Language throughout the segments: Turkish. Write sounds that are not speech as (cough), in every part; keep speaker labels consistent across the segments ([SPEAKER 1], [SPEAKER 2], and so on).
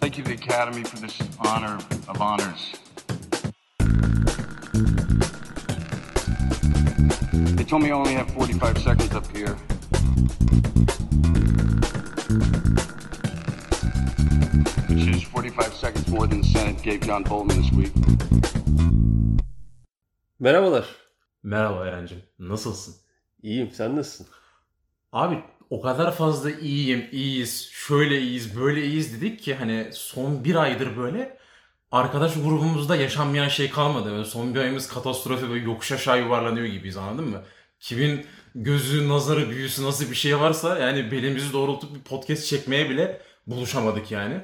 [SPEAKER 1] Thank you to the Academy for this honor of honors. They told me I only have 45 seconds up here. Which is 45 seconds more than the Senate gave John Bolton this week.
[SPEAKER 2] Merhabalar.
[SPEAKER 3] Merhaba Eren'cim. Nasılsın?
[SPEAKER 2] İyiyim. Sen nasılsın?
[SPEAKER 3] Abi o kadar fazla iyiyim, iyiyiz, şöyle iyiyiz, böyle iyiyiz dedik ki hani son bir aydır böyle arkadaş grubumuzda yaşanmayan şey kalmadı. Böyle son bir ayımız katastrofe böyle yokuş aşağı yuvarlanıyor gibiyiz anladın mı? Kimin gözü, nazarı, büyüsü nasıl bir şey varsa yani belimizi doğrultup bir podcast çekmeye bile buluşamadık yani.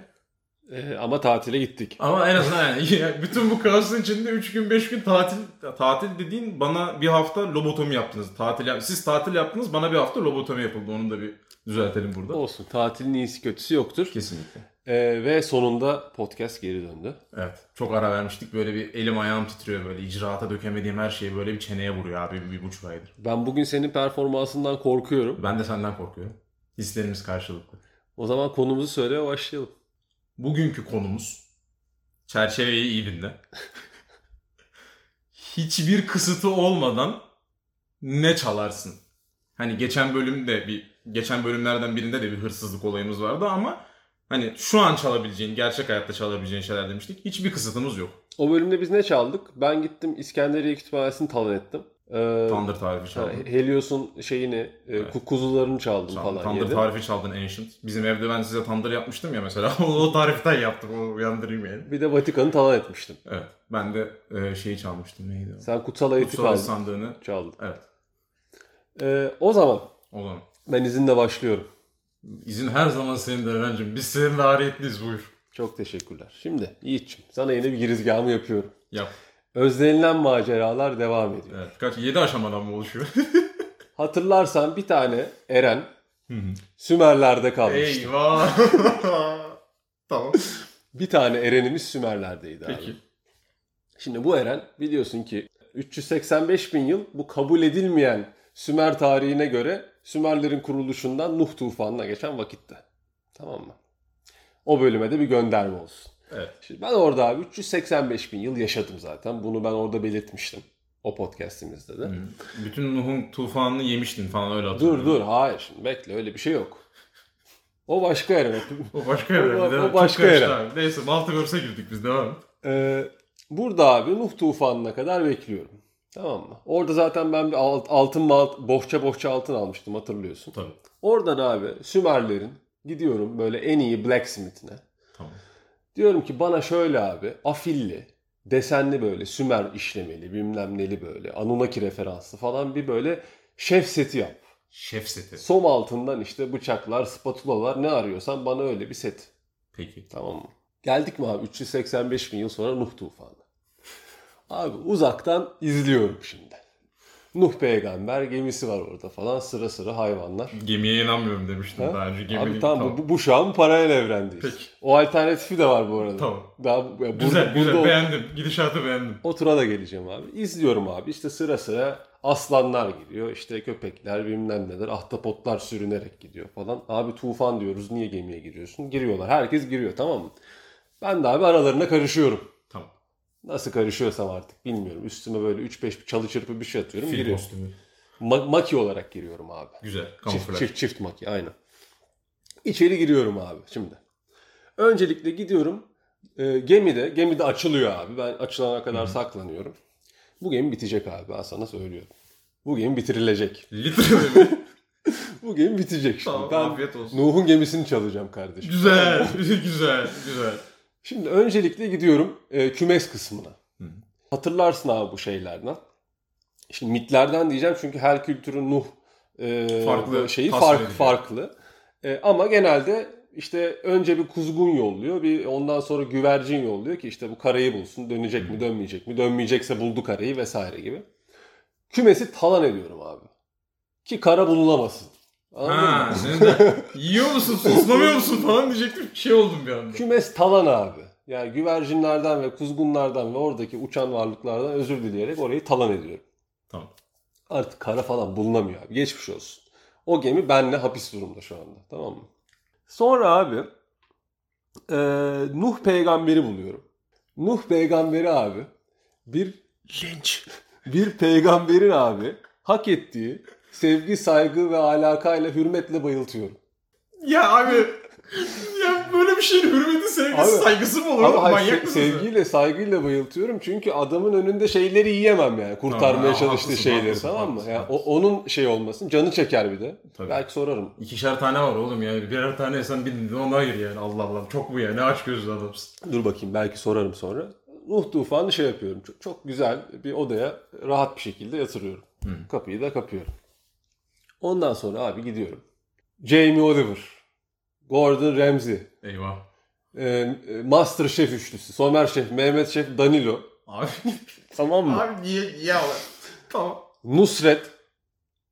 [SPEAKER 2] Ee, ama tatile gittik.
[SPEAKER 3] Ama en azından yani (laughs) yine bütün bu kaosun içinde 3 gün 5 gün tatil tatil dediğin bana bir hafta lobotomi yaptınız. Tatil yap- siz tatil yaptınız bana bir hafta lobotomi yapıldı. Onu da bir düzeltelim burada.
[SPEAKER 2] Olsun. Tatilin iyisi kötüsü yoktur.
[SPEAKER 3] Kesinlikle.
[SPEAKER 2] Ee, ve sonunda podcast geri döndü.
[SPEAKER 3] Evet. Çok ara vermiştik. Böyle bir elim ayağım titriyor böyle. icraata dökemediğim her şeyi böyle bir çeneye vuruyor abi bir, bir buçuk aydır.
[SPEAKER 2] Ben bugün senin performansından korkuyorum.
[SPEAKER 3] Ben de senden korkuyorum. Hislerimiz karşılıklı.
[SPEAKER 2] O zaman konumuzu söyle ve başlayalım.
[SPEAKER 3] Bugünkü konumuz çerçeveyi iyi dinle. Hiçbir kısıtı olmadan ne çalarsın? Hani geçen bölümde bir geçen bölümlerden birinde de bir hırsızlık olayımız vardı ama hani şu an çalabileceğin, gerçek hayatta çalabileceğin şeyler demiştik. Hiçbir kısıtımız yok.
[SPEAKER 2] O bölümde biz ne çaldık? Ben gittim İskenderiye Kütüphanesi'ni talan ettim. Ee,
[SPEAKER 3] Thunder tarifi
[SPEAKER 2] ha,
[SPEAKER 3] çaldın.
[SPEAKER 2] Helios'un şeyini, e,
[SPEAKER 3] Evet.
[SPEAKER 2] ku- kuzularını çaldım
[SPEAKER 3] Çaldın.
[SPEAKER 2] falan
[SPEAKER 3] Thunder
[SPEAKER 2] yedim.
[SPEAKER 3] tarifi çaldın Ancient. Bizim evde ben size Thunder yapmıştım ya mesela. (laughs) o tariften yaptım. O uyandırayım yani.
[SPEAKER 2] Bir de Vatikan'ı talan etmiştim.
[SPEAKER 3] Evet. Ben de e, şeyi çalmıştım. Neydi o?
[SPEAKER 2] Sen kutsal ayeti
[SPEAKER 3] Kutsal
[SPEAKER 2] çaldın.
[SPEAKER 3] sandığını.
[SPEAKER 2] çaldın.
[SPEAKER 3] Evet.
[SPEAKER 2] Ee, o zaman
[SPEAKER 3] O zaman.
[SPEAKER 2] ben izinle başlıyorum.
[SPEAKER 3] İzin her zaman senin Eren'cim. Biz senin ariyetliyiz buyur.
[SPEAKER 2] Çok teşekkürler. Şimdi Yiğit'ciğim sana yine bir girizgahımı yapıyorum.
[SPEAKER 3] Yap.
[SPEAKER 2] Özlenilen maceralar devam ediyor.
[SPEAKER 3] Evet. Kaç? 7 aşamadan
[SPEAKER 2] (laughs)
[SPEAKER 3] mı oluşuyor?
[SPEAKER 2] Hatırlarsan bir tane Eren Sümerler'de kalmıştı.
[SPEAKER 3] Eyvah. (laughs) tamam.
[SPEAKER 2] Bir tane Eren'imiz Sümerler'deydi abi.
[SPEAKER 3] Peki.
[SPEAKER 2] Şimdi bu Eren biliyorsun ki 385 bin yıl bu kabul edilmeyen Sümer tarihine göre Sümerlerin kuruluşundan Nuh tufanına geçen vakitte. Tamam mı? O bölüme de bir gönderme olsun.
[SPEAKER 3] Evet.
[SPEAKER 2] Şimdi ben orada abi 385 bin yıl yaşadım zaten. Bunu ben orada belirtmiştim. O podcastimizde de.
[SPEAKER 3] Bütün Nuh'un tufanını yemiştin falan öyle
[SPEAKER 2] Dur
[SPEAKER 3] hatırlıyorum.
[SPEAKER 2] dur hayır şimdi bekle öyle bir şey yok. O başka Eren.
[SPEAKER 3] O başka evren.
[SPEAKER 2] O- o
[SPEAKER 3] devam. Çok
[SPEAKER 2] başka
[SPEAKER 3] karıştı
[SPEAKER 2] evren.
[SPEAKER 3] abi. Neyse Multiverse'e girdik biz devam. et.
[SPEAKER 2] Ee, burada abi Nuh tufanına kadar bekliyorum. Tamam mı? Orada zaten ben bir alt- altın mal, bohça bohça altın almıştım hatırlıyorsun.
[SPEAKER 3] Tabii.
[SPEAKER 2] Oradan abi Sümerlerin gidiyorum böyle en iyi blacksmith'ine.
[SPEAKER 3] Tamam.
[SPEAKER 2] Diyorum ki bana şöyle abi afilli, desenli böyle Sümer işlemeli bilmem neli böyle Anunnaki referanslı falan bir böyle şef seti yap.
[SPEAKER 3] Şef seti.
[SPEAKER 2] Som altından işte bıçaklar, spatulalar ne arıyorsan bana öyle bir set.
[SPEAKER 3] Peki.
[SPEAKER 2] Tamam mı? Geldik mi abi 385 bin yıl sonra Nuh tufanı. Abi uzaktan izliyorum şimdi. Nuh peygamber gemisi var orada falan sıra sıra hayvanlar.
[SPEAKER 3] Gemiye inanmıyorum demiştim
[SPEAKER 2] Ha?
[SPEAKER 3] daha önce. Gemi
[SPEAKER 2] Abi tamam, bu, bu şu an paralel evrendeyiz.
[SPEAKER 3] Peki.
[SPEAKER 2] O alternatifi de var bu arada.
[SPEAKER 3] Tamam.
[SPEAKER 2] Daha bu- ya
[SPEAKER 3] Güzel
[SPEAKER 2] burada,
[SPEAKER 3] güzel
[SPEAKER 2] burada o-
[SPEAKER 3] beğendim. Gidişatı beğendim.
[SPEAKER 2] o tura da geleceğim abi. İzliyorum abi işte sıra sıra aslanlar giriyor. işte köpekler bilmem neler ahtapotlar sürünerek gidiyor falan. Abi tufan diyoruz niye gemiye giriyorsun? Giriyorlar herkes giriyor tamam mı? Ben de abi aralarına karışıyorum.
[SPEAKER 3] Tamam.
[SPEAKER 2] Nasıl karışıyorsam artık bilmiyorum. Üstüme böyle 3-5 çalı çırpı bir şey atıyorum.
[SPEAKER 3] Fil
[SPEAKER 2] giriyorum.
[SPEAKER 3] kostümü.
[SPEAKER 2] Ma- maki olarak giriyorum abi.
[SPEAKER 3] Güzel.
[SPEAKER 2] Çift,
[SPEAKER 3] Kamuflaj.
[SPEAKER 2] çift, çift maki aynen. İçeri giriyorum abi şimdi. Öncelikle gidiyorum e, gemide. Gemide açılıyor abi. Ben açılana kadar saklanıyorum. Bu gemi bitecek abi ben sana söylüyorum. Bu gemi bitirilecek.
[SPEAKER 3] Literally
[SPEAKER 2] (laughs)
[SPEAKER 3] mi?
[SPEAKER 2] Bu gemi bitecek şimdi.
[SPEAKER 3] Tamam,
[SPEAKER 2] ben
[SPEAKER 3] afiyet olsun.
[SPEAKER 2] Nuh'un gemisini çalacağım kardeşim.
[SPEAKER 3] Güzel, (laughs) güzel, güzel.
[SPEAKER 2] Şimdi öncelikle gidiyorum e, kümes kısmına.
[SPEAKER 3] Hı.
[SPEAKER 2] Hatırlarsın abi bu şeylerden. Şimdi mitlerden diyeceğim çünkü her kültürün Nuh e,
[SPEAKER 3] Farklı,
[SPEAKER 2] şeyi
[SPEAKER 3] tasvir
[SPEAKER 2] fark,
[SPEAKER 3] ediliyor.
[SPEAKER 2] farklı. E, ama genelde işte önce bir kuzgun yolluyor, bir ondan sonra güvercin yolluyor ki işte bu karayı bulsun. Dönecek mi, dönmeyecek mi? Dönmeyecekse buldu karayı vesaire gibi. Kümesi talan ediyorum abi. Ki kara bulunamasın. Anladın mı?
[SPEAKER 3] Ha, senin de yiyor musun, suslamıyor musun falan diyecektim. Şey oldum bir anda.
[SPEAKER 2] Kümes talan abi. Yani güvercinlerden ve kuzgunlardan ve oradaki uçan varlıklardan özür dileyerek orayı talan ediyorum.
[SPEAKER 3] Tamam.
[SPEAKER 2] Artık kara falan bulunamıyor abi. Geçmiş olsun. O gemi benle hapis durumda şu anda. Tamam mı? Sonra abi e, Nuh peygamberi buluyorum. Nuh peygamberi abi bir
[SPEAKER 3] Linç.
[SPEAKER 2] bir peygamberin abi hak ettiği sevgi, saygı ve alakayla hürmetle bayıltıyorum.
[SPEAKER 3] Ya abi. ya böyle bir şeyin hürmeti sevgisi
[SPEAKER 2] Abi-
[SPEAKER 3] saygısı mı olur?
[SPEAKER 2] Abi
[SPEAKER 3] oğlum?
[SPEAKER 2] hayır,
[SPEAKER 3] Manyak
[SPEAKER 2] se-
[SPEAKER 3] mısınız? ya?
[SPEAKER 2] sevgiyle, saygıyla bayıltıyorum çünkü adamın önünde şeyleri yiyemem yani. Kurtarmaya
[SPEAKER 4] Tamam,
[SPEAKER 2] çalıştığı
[SPEAKER 4] haklısın,
[SPEAKER 2] şeyleri
[SPEAKER 4] haklısın,
[SPEAKER 2] tamam mı?
[SPEAKER 4] haklısın,
[SPEAKER 2] Yani o-
[SPEAKER 4] haklısın.
[SPEAKER 2] onun şey olmasın. Canı çeker bir de.
[SPEAKER 4] Tabii.
[SPEAKER 2] Belki sorarım.
[SPEAKER 4] İkişer tane var oğlum ya. Birer tane sen bir ona gir yani. Allah Allah. Çok bu ya. Ne aç gözlü adamsın.
[SPEAKER 2] Dur bakayım belki sorarım sonra. Nuh tufanı şey yapıyorum. Çok, çok güzel bir odaya rahat bir şekilde yatırıyorum. Kapıyı da kapıyorum. Ondan sonra abi gidiyorum. Jamie Oliver, Gordon Ramsay,
[SPEAKER 4] Eyvah.
[SPEAKER 2] e, Master Şef üçlüsü, Somer Şef, Mehmet Şef, Danilo.
[SPEAKER 3] (laughs)
[SPEAKER 4] Abi.
[SPEAKER 2] Tamam mı?
[SPEAKER 3] Abi niye? Ya tamam.
[SPEAKER 2] Nusret.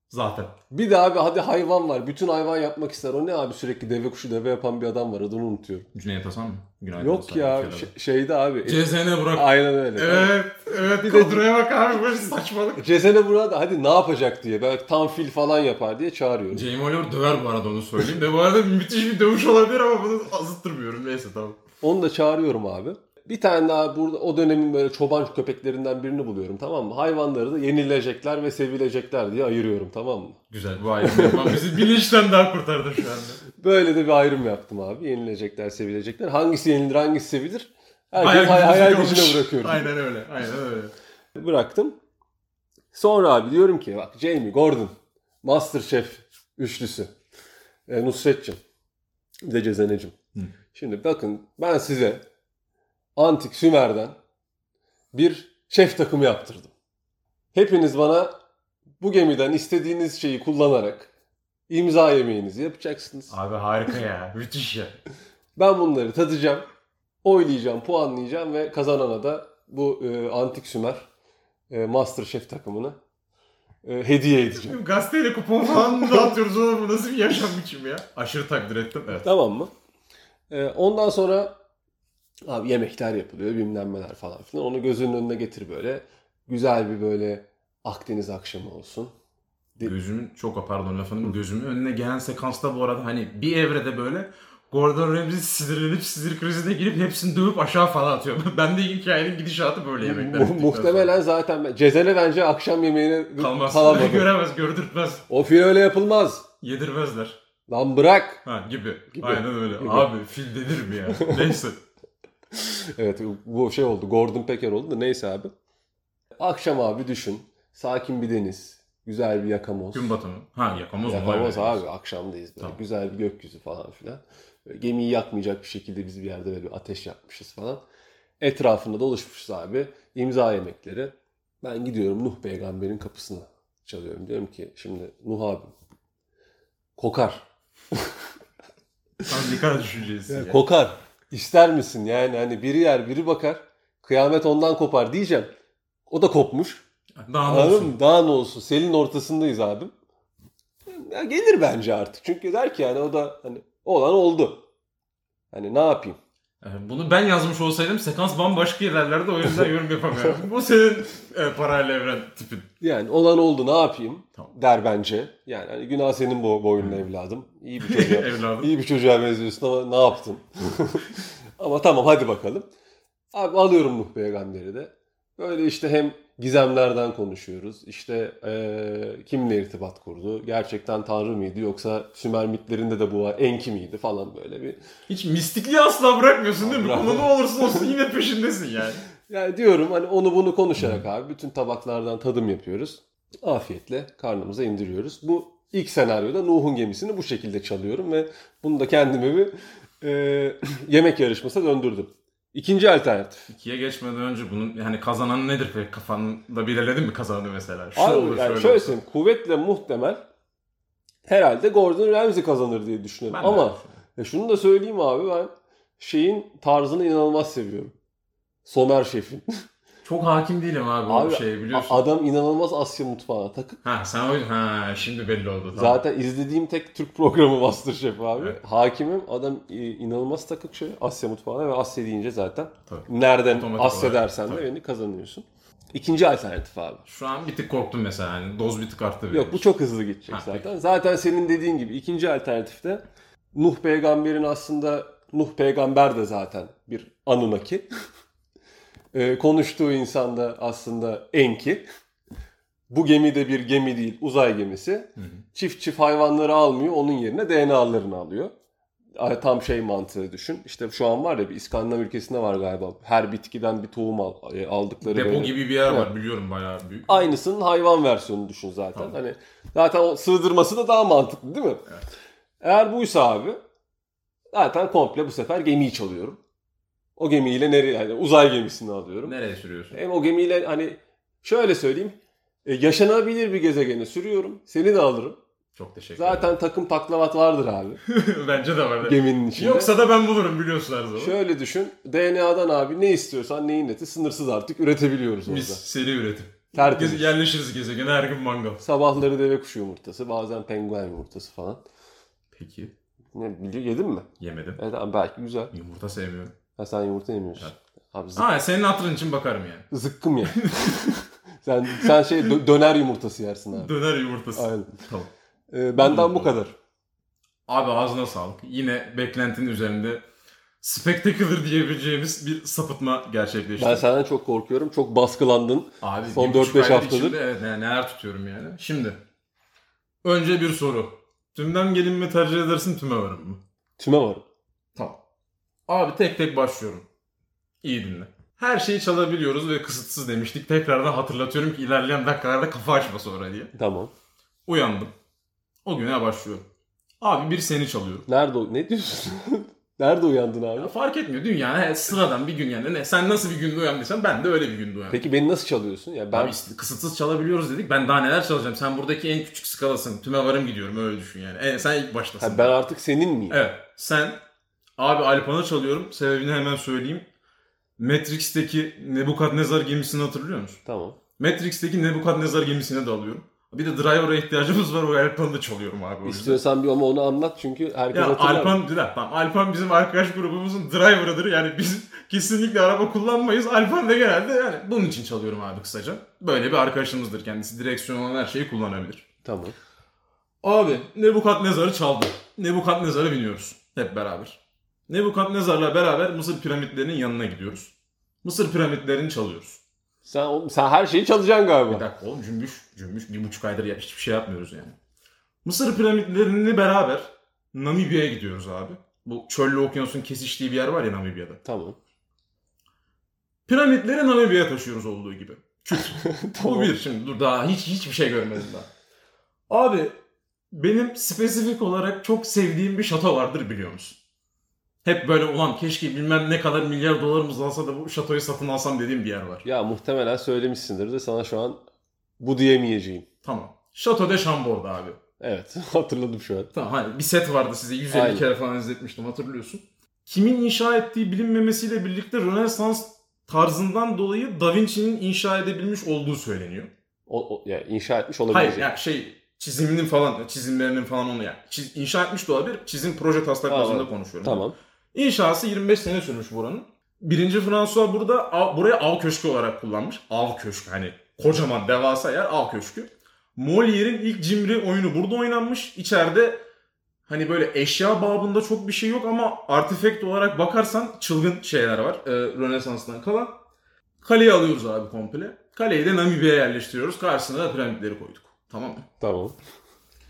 [SPEAKER 4] Zaten.
[SPEAKER 2] Bir de abi hadi hayvan var. Bütün hayvan yapmak ister. O ne abi sürekli deve kuşu deve yapan bir adam var. Adını unutuyorum.
[SPEAKER 4] Cüneyt Hasan mı? Günaydın
[SPEAKER 2] Yok ya şey- şeyde abi.
[SPEAKER 4] CZN bırak.
[SPEAKER 2] Aynen öyle.
[SPEAKER 3] Evet, evet.
[SPEAKER 2] Bir
[SPEAKER 3] Bir
[SPEAKER 2] de-
[SPEAKER 3] kadroya bak abi. Böyle saçmalık.
[SPEAKER 2] Cezene burada hadi ne yapacak diye belki tam fil falan yapar diye çağırıyorum.
[SPEAKER 4] Jamie Oliver döver bu arada onu söyleyeyim de.
[SPEAKER 3] Ve bu arada müthiş bir dövüş olabilir ama bunu azıttırmıyorum. Neyse tamam.
[SPEAKER 2] Onu da çağırıyorum abi. Bir tane daha burada o dönemin böyle çoban köpeklerinden birini buluyorum tamam mı? Hayvanları da yenilecekler ve sevilecekler diye ayırıyorum tamam mı?
[SPEAKER 4] Güzel bu ayrım yapman bizi bilinçten daha kurtardı şu anda.
[SPEAKER 2] Böyle de bir ayrım yaptım abi. Yenilecekler, sevilecekler. Hangisi yenilir, hangisi sevilir? Herkes hay-
[SPEAKER 3] gücümüzü
[SPEAKER 2] hayal
[SPEAKER 3] görmüş.
[SPEAKER 2] gücüne bırakıyorum.
[SPEAKER 3] Aynen öyle. Aynen öyle.
[SPEAKER 2] Bıraktım. Sonra abi diyorum ki bak Jamie Gordon, Masterchef üçlüsü. E, Nusret'cim. Bir de Cezenecim.
[SPEAKER 4] Hı.
[SPEAKER 2] Şimdi bakın ben size Antik Sümer'den bir şef takımı yaptırdım. Hepiniz bana bu gemiden istediğiniz şeyi kullanarak imza yemeğinizi yapacaksınız.
[SPEAKER 4] Abi harika ya. Müthiş ya.
[SPEAKER 2] Ben bunları tadacağım, oylayacağım, puanlayacağım ve kazanana da bu e, Antik Sümer e, Masterchef takımını e, hediye
[SPEAKER 3] (laughs)
[SPEAKER 2] edeceğim.
[SPEAKER 3] Şimdi gazeteyle kupon falan mı dağıtıyoruz oğlum? Bu nasıl bir yaşam biçimi ya?
[SPEAKER 4] Aşırı takdir ettim. Evet.
[SPEAKER 2] Tamam mı? E, ondan sonra abi yemekler yapılıyor, bilmemler falan filan. Onu gözünün önüne getir böyle. Güzel bir böyle Akdeniz akşamı olsun.
[SPEAKER 4] Gözümün çok ah, pardon lafını gözümün önüne gelen sekansta bu arada hani bir evrede böyle Gordon Ramsay sinirlenip sinir krizine girip hepsini dövüp aşağı falan atıyor. (laughs) ben de hikayenin gidişatı böyle yemekler.
[SPEAKER 2] Mu-
[SPEAKER 4] bittikten
[SPEAKER 2] muhtemelen zaten ben- Cezene bence akşam yemeğine
[SPEAKER 4] sonra. kalmaz.
[SPEAKER 3] (laughs)
[SPEAKER 4] (laughs)
[SPEAKER 2] kalamadı.
[SPEAKER 4] Göremez, gördürtmez,
[SPEAKER 2] O fil öyle yapılmaz.
[SPEAKER 4] yedirmezler.
[SPEAKER 2] Lan bırak.
[SPEAKER 4] Ha gibi.
[SPEAKER 2] Gibi.
[SPEAKER 4] Aynen öyle.
[SPEAKER 2] Gibi.
[SPEAKER 4] Abi fil denir mi ya?
[SPEAKER 2] (laughs)
[SPEAKER 4] Neyse.
[SPEAKER 2] Evet bu şey oldu. Gordon Peker oldu da neyse abi. Akşam abi düşün. Sakin bir deniz. Güzel bir yakamoz.
[SPEAKER 4] Gün batımı. Ha yakamoz mu?
[SPEAKER 2] Yakamoz
[SPEAKER 4] Vay be.
[SPEAKER 2] abi akşamdayız. Böyle.
[SPEAKER 4] Tamam.
[SPEAKER 2] Güzel bir gökyüzü falan filan. Böyle gemiyi yakmayacak bir şekilde biz bir yerde böyle bir ateş yapmışız falan. Etrafında doluşmuşuz abi. İmza yemekleri. Ben gidiyorum Nuh peygamberin kapısına çalıyorum. Diyorum ki şimdi Nuh abi kokar.
[SPEAKER 4] Sen ne kadar düşüncelisin ya.
[SPEAKER 2] Kokar. İster misin? Yani hani biri yer biri bakar. Kıyamet ondan kopar diyeceğim. O da kopmuş.
[SPEAKER 4] Daha ne
[SPEAKER 2] Anladın
[SPEAKER 4] olsun?
[SPEAKER 2] mı? Daha ne olsun? Selin ortasındayız abim. Ya gelir bence artık. Çünkü der ki yani o da hani olan oldu. Hani ne yapayım?
[SPEAKER 4] Ee, Bunu ben yazmış olsaydım sekans bambaşka ilerlerde o yüzden yorum yapamıyorum. Bu senin e, paralel evren tipin.
[SPEAKER 2] Yani olan oldu ne yapayım
[SPEAKER 4] Tamam. Hmm.
[SPEAKER 2] der bence. Yani hani günah senin bu boynuna evladım. İyi bir çocuğa,
[SPEAKER 4] (laughs) Evladım.
[SPEAKER 2] iyi bir çocuğa benziyorsun ama ne
[SPEAKER 4] (laughs)
[SPEAKER 2] yaptın? (laughs) ama tamam hadi bakalım. Abi alıyorum Nuh Peygamber'i de. Böyle işte hem gizemlerden konuşuyoruz. İşte eee, kimle irtibat kurdu? Gerçekten tanrı mıydı yoksa Sümer mitlerinde de bu var. Enki miydi falan böyle bir.
[SPEAKER 3] Hiç mistikliği asla bırakmıyorsun değil mi?
[SPEAKER 2] Bırak-
[SPEAKER 3] Konu ne olursa olsun yine peşindesin yani.
[SPEAKER 2] Yani diyorum hani onu bunu konuşarak abi bütün tabaklardan tadım yapıyoruz. Afiyetle karnımıza indiriyoruz. Bu ilk senaryoda Nuh'un gemisini bu şekilde çalıyorum ve bunu da kendimi bir eee, (laughs) yemek yarışmasına döndürdüm. İkinci alternatif.
[SPEAKER 4] İkiye geçmeden önce bunun yani kazanan nedir peki kafanda belirledin mi kazananı mesela? Şu
[SPEAKER 2] Abi,
[SPEAKER 4] olur,
[SPEAKER 2] yani
[SPEAKER 4] şöyle
[SPEAKER 2] şöyle
[SPEAKER 4] olur.
[SPEAKER 2] söyleyeyim. Kuvvetle muhtemel herhalde Gordon Ramsay kazanır diye düşünüyorum.
[SPEAKER 4] Ben de şey. öyle
[SPEAKER 2] Ama
[SPEAKER 4] düşünüyorum.
[SPEAKER 2] ya şunu da söyleyeyim abi ben şeyin tarzını inanılmaz seviyorum. Somer Şef'in.
[SPEAKER 4] çok hakim değilim abi,
[SPEAKER 2] Abi,
[SPEAKER 4] o şeye şey, biliyorsun.
[SPEAKER 2] Adam inanılmaz Asya mutfağına takık.
[SPEAKER 4] ha sen o ha şimdi belli oldu tamam.
[SPEAKER 2] Zaten izlediğim tek Türk programı (laughs) Masterchef abi.
[SPEAKER 4] Evet.
[SPEAKER 2] Hakimim adam e, inanılmaz takık şey Asya mutfağına ve Asya deyince zaten
[SPEAKER 4] Tabii.
[SPEAKER 2] nereden
[SPEAKER 4] Otomatik
[SPEAKER 2] Asya
[SPEAKER 4] olarak,
[SPEAKER 2] dersen de
[SPEAKER 4] tabii.
[SPEAKER 2] beni kazanıyorsun. İkinci alternatif abi.
[SPEAKER 4] Şu an bir tık korktum mesela yani doz bir tık arttı. benim
[SPEAKER 2] Yok bu
[SPEAKER 4] için.
[SPEAKER 2] çok hızlı gidecek
[SPEAKER 4] Ha,
[SPEAKER 2] zaten. Zaten senin dediğin gibi ikinci alternatifte Nuh peygamberin aslında Nuh peygamber de zaten bir
[SPEAKER 3] (laughs)
[SPEAKER 2] Anunnaki. Ee, konuştuğu insan da aslında Enki. Bu gemi de bir gemi değil, uzay gemisi. Çift çift hayvanları almıyor, onun yerine DNA'larını alıyor. Ay, Tam şey mantığı düşün. İşte şu an var ya bir İskandinav ülkesinde var galiba. Her bitkiden bir tohum al- e, aldıkları.
[SPEAKER 3] Depo
[SPEAKER 2] böyle-
[SPEAKER 3] gibi bir yer var
[SPEAKER 2] Evet.
[SPEAKER 3] biliyorum bayağı büyük.
[SPEAKER 2] Aynısının hayvan versiyonunu düşün zaten.
[SPEAKER 3] Tamam.
[SPEAKER 2] Hani zaten o sığdırması da daha mantıklı değil mi?
[SPEAKER 3] Evet.
[SPEAKER 2] Eğer buysa abi zaten komple bu sefer gemiyi çalıyorum. O gemiyle nereye hani uzay gemisini alıyorum.
[SPEAKER 3] Nereye sürüyorsun?
[SPEAKER 2] Hem o gemiyle hani şöyle söyleyeyim e, yaşanabilir bir gezegene sürüyorum. Seni de alırım.
[SPEAKER 3] Çok teşekkür ederim.
[SPEAKER 2] Zaten takım taklavat vardır
[SPEAKER 3] (laughs)
[SPEAKER 2] abi
[SPEAKER 3] Bence de var.
[SPEAKER 2] geminin içinde.
[SPEAKER 3] Yoksa da ben bulurum biliyorsun her zaman.
[SPEAKER 2] şöyle düşün. DNA'dan abi ne istiyorsan neyin neti sınırsız artık üretebiliyoruz orada.
[SPEAKER 3] Mis seri üretim.
[SPEAKER 2] Tertemiz.
[SPEAKER 3] Gez- yerleşiriz gezegene her gün mangal.
[SPEAKER 2] Sabahları deve kuşu yumurtası, bazen penguen yumurtası falan.
[SPEAKER 3] Peki
[SPEAKER 2] Ne biliyor yedin mi?
[SPEAKER 3] yemedim.
[SPEAKER 2] Evet abi belki güzel.
[SPEAKER 3] Yumurta sevmiyorum.
[SPEAKER 2] Ha sen yumurta yemiyorsun.
[SPEAKER 3] Evet.
[SPEAKER 2] Abi zık,
[SPEAKER 3] Ha senin hatırın için bakarım yani.
[SPEAKER 2] zıkkım ya. (laughs) sen sen şey dö- döner yumurtası yersin abi.
[SPEAKER 3] Döner yumurtası.
[SPEAKER 2] Aynen.
[SPEAKER 3] Tamam.
[SPEAKER 2] Ee, benden bu kadar.
[SPEAKER 3] Abi ağzına sağlık. Yine beklentinin üzerinde spectacular diyebileceğimiz bir sapıtma gerçekleşti.
[SPEAKER 2] Ben senden çok korkuyorum. Çok baskılandın.
[SPEAKER 3] Abi
[SPEAKER 2] Son
[SPEAKER 3] bir buçuk
[SPEAKER 2] 4-5
[SPEAKER 3] aydır
[SPEAKER 2] haftadır.
[SPEAKER 3] içinde evet, ne- neler tutuyorum yani. Şimdi. Önce bir soru. Tümden gelin mi tercih edersin tüme varım mı?
[SPEAKER 2] Tüme var.
[SPEAKER 3] Tamam. Abi tek tek başlıyorum. İyi dinle. Her şeyi çalabiliyoruz ve kısıtsız demiştik. Tekrardan hatırlatıyorum ki ilerleyen dakikalarda kafa açma sonra diye.
[SPEAKER 2] Tamam.
[SPEAKER 3] Uyandım. O güne başlıyorum. Abi bir seni çalıyorum.
[SPEAKER 2] Nerede o- ne diyorsun? (laughs) Nerede uyandın
[SPEAKER 3] Ya
[SPEAKER 2] abi?
[SPEAKER 3] fark etmiyor. Dünya he, sıradan bir gün yani. Ne, sen nasıl bir günde uyandıysan ben de öyle bir günde uyandım.
[SPEAKER 2] Peki beni nasıl çalıyorsun? Ya ben
[SPEAKER 3] Abi ist- kısıtsız çalabiliyoruz dedik. Ben daha neler çalacağım? Sen buradaki en küçük skalasın. Tüme varım gidiyorum öyle düşün yani. E, sen ilk baştasın.
[SPEAKER 2] ha, ben artık senin miyim?
[SPEAKER 3] Evet. Sen abi Alpan'a çalıyorum. Sebebini hemen söyleyeyim. Matrix'teki Nebukadnezar gemisini hatırlıyor musun?
[SPEAKER 2] Tamam.
[SPEAKER 3] Matrix'teki Nebukadnezar gemisine de alıyorum. Bir de driver'a ihtiyacımız var. O Alpan'ı da çalıyorum abi. o yüzden.
[SPEAKER 2] İstiyorsan bir ama onu anlat çünkü herkes
[SPEAKER 3] Ya
[SPEAKER 2] hatırlar.
[SPEAKER 3] Alpan, bir dakika, tamam. Alpan bizim arkadaş grubumuzun driver'ıdır. Yani biz (laughs) kesinlikle araba kullanmayız. Alpan da genelde yani bunun için çalıyorum abi kısaca. Böyle bir arkadaşımızdır kendisi. Direksiyon olan her şeyi kullanabilir.
[SPEAKER 2] Tamam.
[SPEAKER 3] Abi Nebukadnezar'ı çaldı. Nebukadnezar'a biniyoruz hep beraber. Nebukadnezar'la beraber Mısır piramitlerinin yanına gidiyoruz. Mısır piramitlerini çalıyoruz.
[SPEAKER 2] Sen oğlum, sen her şeyi çalacaksın
[SPEAKER 3] Bir
[SPEAKER 2] galiba.
[SPEAKER 3] dakika oğlum cümbüş. Cümbüş bir buçuk aydır ya, hiçbir şey yapmıyoruz yani. Mısır piramitlerini beraber Namibya'ya gidiyoruz abi. Bu çölle okyanusun kesiştiği bir yer var ya Namibya'da.
[SPEAKER 2] Tamam.
[SPEAKER 3] Piramitleri Namibya'ya taşıyoruz olduğu gibi. Küt.
[SPEAKER 2] Tamam.
[SPEAKER 3] Bu bir şimdi dur daha hiç hiçbir şey görmedim daha. Abi benim spesifik olarak çok sevdiğim bir şato vardır biliyor musun? Hep böyle ulan keşke bilmem ne kadar milyar dolarımız alsa da bu şatoyu satın alsam dediğim bir yer var.
[SPEAKER 2] Ya muhtemelen söylemişsindir de sana şu an bu diyemeyeceğim.
[SPEAKER 3] Tamam. Şato de Chambord'da abi.
[SPEAKER 2] Evet (laughs) hatırladım şu an.
[SPEAKER 3] Tamam hani bir set vardı size 150
[SPEAKER 2] Aynen.
[SPEAKER 3] kere falan izletmiştim hatırlıyorsun. Kimin inşa ettiği bilinmemesiyle birlikte Rönesans tarzından dolayı Da Vinci'nin inşa edebilmiş olduğu söyleniyor.
[SPEAKER 2] O, o- yani inşa etmiş olabilecek.
[SPEAKER 3] Hayır yani şey çiziminin falan çizimlerinin falan onu yani. Çiz, inşa etmiş de olabilir. Çizim proje taslak
[SPEAKER 2] Ha,
[SPEAKER 3] bazında
[SPEAKER 2] evet.
[SPEAKER 3] konuşuyorum.
[SPEAKER 2] Tamam.
[SPEAKER 3] İnşası 25 sene sürmüş buranın. Birinci François burada av, burayı av köşkü olarak kullanmış. Av köşkü hani kocaman devasa yer av köşkü. Molière'in ilk cimri oyunu burada oynanmış. İçeride hani böyle eşya babında çok bir şey yok ama artefekt olarak bakarsan çılgın şeyler var. Ee, Rönesans'tan kalan. Kaleyi alıyoruz abi komple. Kaleyi de Namibya'ya yerleştiriyoruz. Karşısına da piramitleri koyduk. Tamam mı?
[SPEAKER 2] Tamam.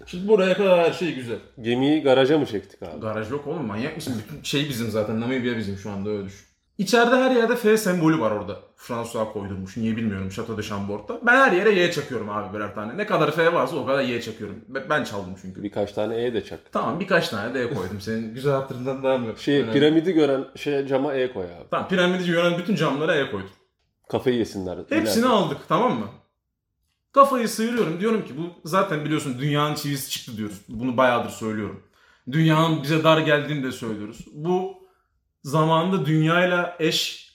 [SPEAKER 3] Şimdi buraya kadar her şey güzel.
[SPEAKER 2] Gemiyi garaja mı çektik abi?
[SPEAKER 3] Garaj yok oğlum manyak mısın? Bütün şey bizim zaten Namibya bizim şu anda öyle düşün. İçeride her yerde F sembolü var orada. François koydurmuş. Niye bilmiyorum. Chateau de Chambord'da. Ben her yere Y çakıyorum abi birer tane. Ne kadar F varsa o kadar Y çakıyorum. Ben, ben çaldım çünkü.
[SPEAKER 2] Birkaç tane E de çak.
[SPEAKER 3] Tamam birkaç tane de E koydum. Senin güzel hatırından daha mı?
[SPEAKER 2] Şey
[SPEAKER 3] Önemli.
[SPEAKER 2] piramidi gören şey cama E koy abi.
[SPEAKER 3] Tamam piramidi yönen bütün camlara E koydum.
[SPEAKER 2] Kafayı yesinler.
[SPEAKER 3] Hepsini
[SPEAKER 2] İleride.
[SPEAKER 3] aldık tamam mı? Kafayı sıyırıyorum. Diyorum ki bu zaten biliyorsun dünyanın çivisi çıktı diyoruz. Bunu bayağıdır söylüyorum. Dünyanın bize dar geldiğini de söylüyoruz. Bu zamanında dünyayla eş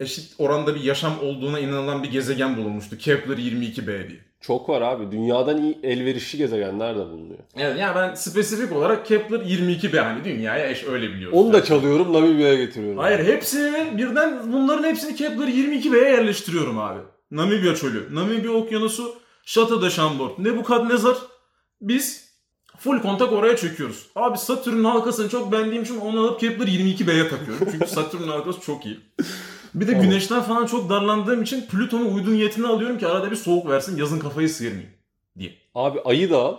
[SPEAKER 3] eşit oranda bir yaşam olduğuna inanılan bir gezegen bulunmuştu. Kepler 22b diye.
[SPEAKER 2] Çok var abi. Dünyadan iyi elverişli gezegenler de bulunuyor.
[SPEAKER 3] Evet yani ben spesifik olarak Kepler 22b hani dünyaya eş öyle biliyoruz.
[SPEAKER 2] Onu da
[SPEAKER 3] Yani.
[SPEAKER 2] çalıyorum Namibya'ya getiriyorum.
[SPEAKER 3] Hayır hepsini birden bunların hepsini Kepler 22B'ye yerleştiriyorum abi. Namibya çölü, Namibya okyanusu, Şato de Şambord, Nebukadnezar. Biz Full kontak oraya çöküyoruz. Abi Satürn'ün halkasını çok beğendiğim için onu alıp Kepler 22b'ye takıyorum.
[SPEAKER 2] (laughs)
[SPEAKER 3] Çünkü Satürn'ün halkası çok iyi. Bir de
[SPEAKER 2] Olur.
[SPEAKER 3] güneşten falan çok darlandığım için Plüton'un uydu niyetini alıyorum ki arada bir soğuk versin yazın kafayı sıyırmayayım.
[SPEAKER 2] Abi ayı da al.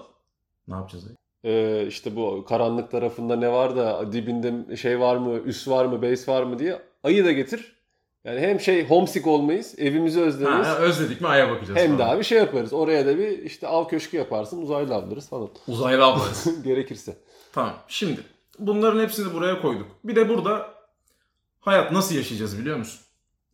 [SPEAKER 3] Ne yapacağız dayı?
[SPEAKER 2] Ee, işte bu karanlık tarafında ne var da dibinde şey var mı, üs var mı, base var mı diye ayı da getir. Yani hem şey homesick olmayız, evimizi özlemeyiz.
[SPEAKER 3] Ha, özledik mi aya bakacağız.
[SPEAKER 2] hem de
[SPEAKER 3] falan.
[SPEAKER 2] abi şey yaparız. Oraya da bir işte av köşkü yaparsın, uzaylı avlarız falan. (laughs)
[SPEAKER 4] Uzaylı ablarız.
[SPEAKER 2] Gerekirse.
[SPEAKER 3] Tamam şimdi bunların hepsini buraya koyduk. Bir de burada hayat nasıl yaşayacağız biliyor musun?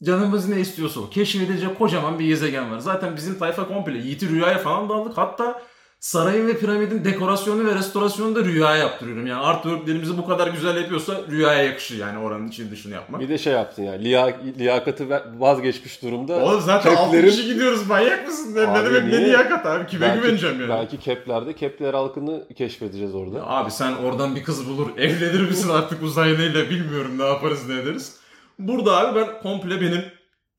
[SPEAKER 3] Canımız ne istiyorsa o. Keşfedilecek kocaman bir gezegen var. Zaten bizim tayfa komple Yiğit'i rüyaya falan daldık. Hatta sarayın ve piramidin dekorasyonu ve restorasyonunu da rüya yaptırıyorum. Yani art worklerimizi bu kadar güzel yapıyorsa rüyaya yakışır yani oranın içini dışını yapmak.
[SPEAKER 2] Bir de şey yaptın yani liya- liyakatı ve- vazgeçmiş durumda.
[SPEAKER 3] Oğlum zaten altı
[SPEAKER 2] Kepler'in-
[SPEAKER 3] kişi gidiyoruz manyak mısın? Ne, ne
[SPEAKER 2] Abi
[SPEAKER 3] demek ne
[SPEAKER 2] niye?
[SPEAKER 3] liyakat abi kime
[SPEAKER 2] Belki-
[SPEAKER 3] güveneceğim yani?
[SPEAKER 2] Belki Kepler'de Kepler halkını keşfedeceğiz orada.
[SPEAKER 3] Abi sen oradan bir kız bulur (laughs) evlenir misin artık uzaylıyla bilmiyorum ne yaparız ne ederiz. Burada abi ben komple benim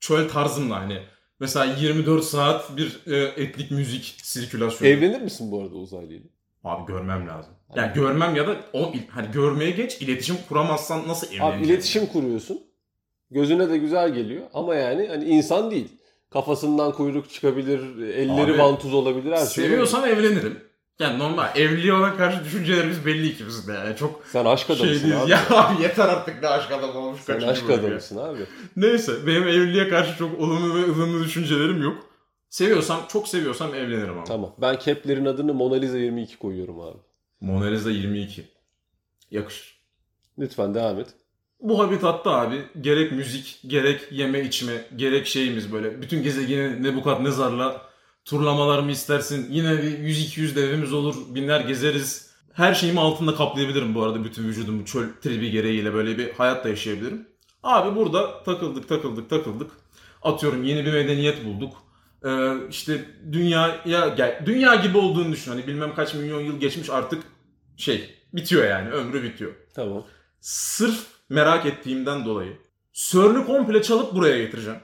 [SPEAKER 3] çöl tarzımla hani mesela 24 saat bir e, etnik müzik sirkülasyonu.
[SPEAKER 2] Evlenir misin bu arada uzaylıyla?
[SPEAKER 3] Abi görmem lazım. Yani görmem ya da o hani görmeye geç iletişim kuramazsan nasıl evleneceksin?
[SPEAKER 2] Abi iletişim kuruyorsun. Gözüne de güzel geliyor ama yani hani insan değil. Kafasından kuyruk çıkabilir, elleri
[SPEAKER 3] Abi,
[SPEAKER 2] vantuz olabilir her şey. olabilir.
[SPEAKER 3] Seviyorsam evlenirim. Yani normal evliliğe olan karşı düşüncelerimiz belli ikimizin de yani çok
[SPEAKER 2] Sen aşk
[SPEAKER 3] şey
[SPEAKER 2] adamısın
[SPEAKER 3] değiliz.
[SPEAKER 2] abi.
[SPEAKER 3] (laughs) Ya abi yeter artık ne aşk adamı olmuş.
[SPEAKER 2] Sen
[SPEAKER 3] kaçıncı
[SPEAKER 2] aşk
[SPEAKER 3] bölüm ya.
[SPEAKER 2] adamısın abi.
[SPEAKER 3] Neyse benim evliliğe karşı çok olumlu ve ılımlı düşüncelerim yok. Seviyorsam, çok seviyorsam evlenirim ama.
[SPEAKER 2] Tamam. Ben Kepler'in adını Mona Lisa 22 koyuyorum abi.
[SPEAKER 3] Mona Lisa 22. Yakışır.
[SPEAKER 2] Lütfen devam et.
[SPEAKER 3] Bu habitatta abi gerek müzik, gerek yeme içme, gerek şeyimiz böyle. Bütün gezegeni Nebukat Nezar'la turlamalar mı istersin? Yine bir 100-200 devimiz olur. Binler gezeriz. Her şeyimi altında kaplayabilirim bu arada bütün vücudumu çöl tribi gereğiyle böyle bir hayat da yaşayabilirim. Abi burada takıldık takıldık takıldık. Atıyorum yeni bir medeniyet bulduk. Ee, işte dünyaya gel dünya gibi olduğunu düşün. Hani bilmem kaç milyon yıl geçmiş artık şey bitiyor yani ömrü bitiyor
[SPEAKER 2] Tamam.
[SPEAKER 3] sırf merak ettiğimden dolayı Sörlü komple çalıp buraya getireceğim.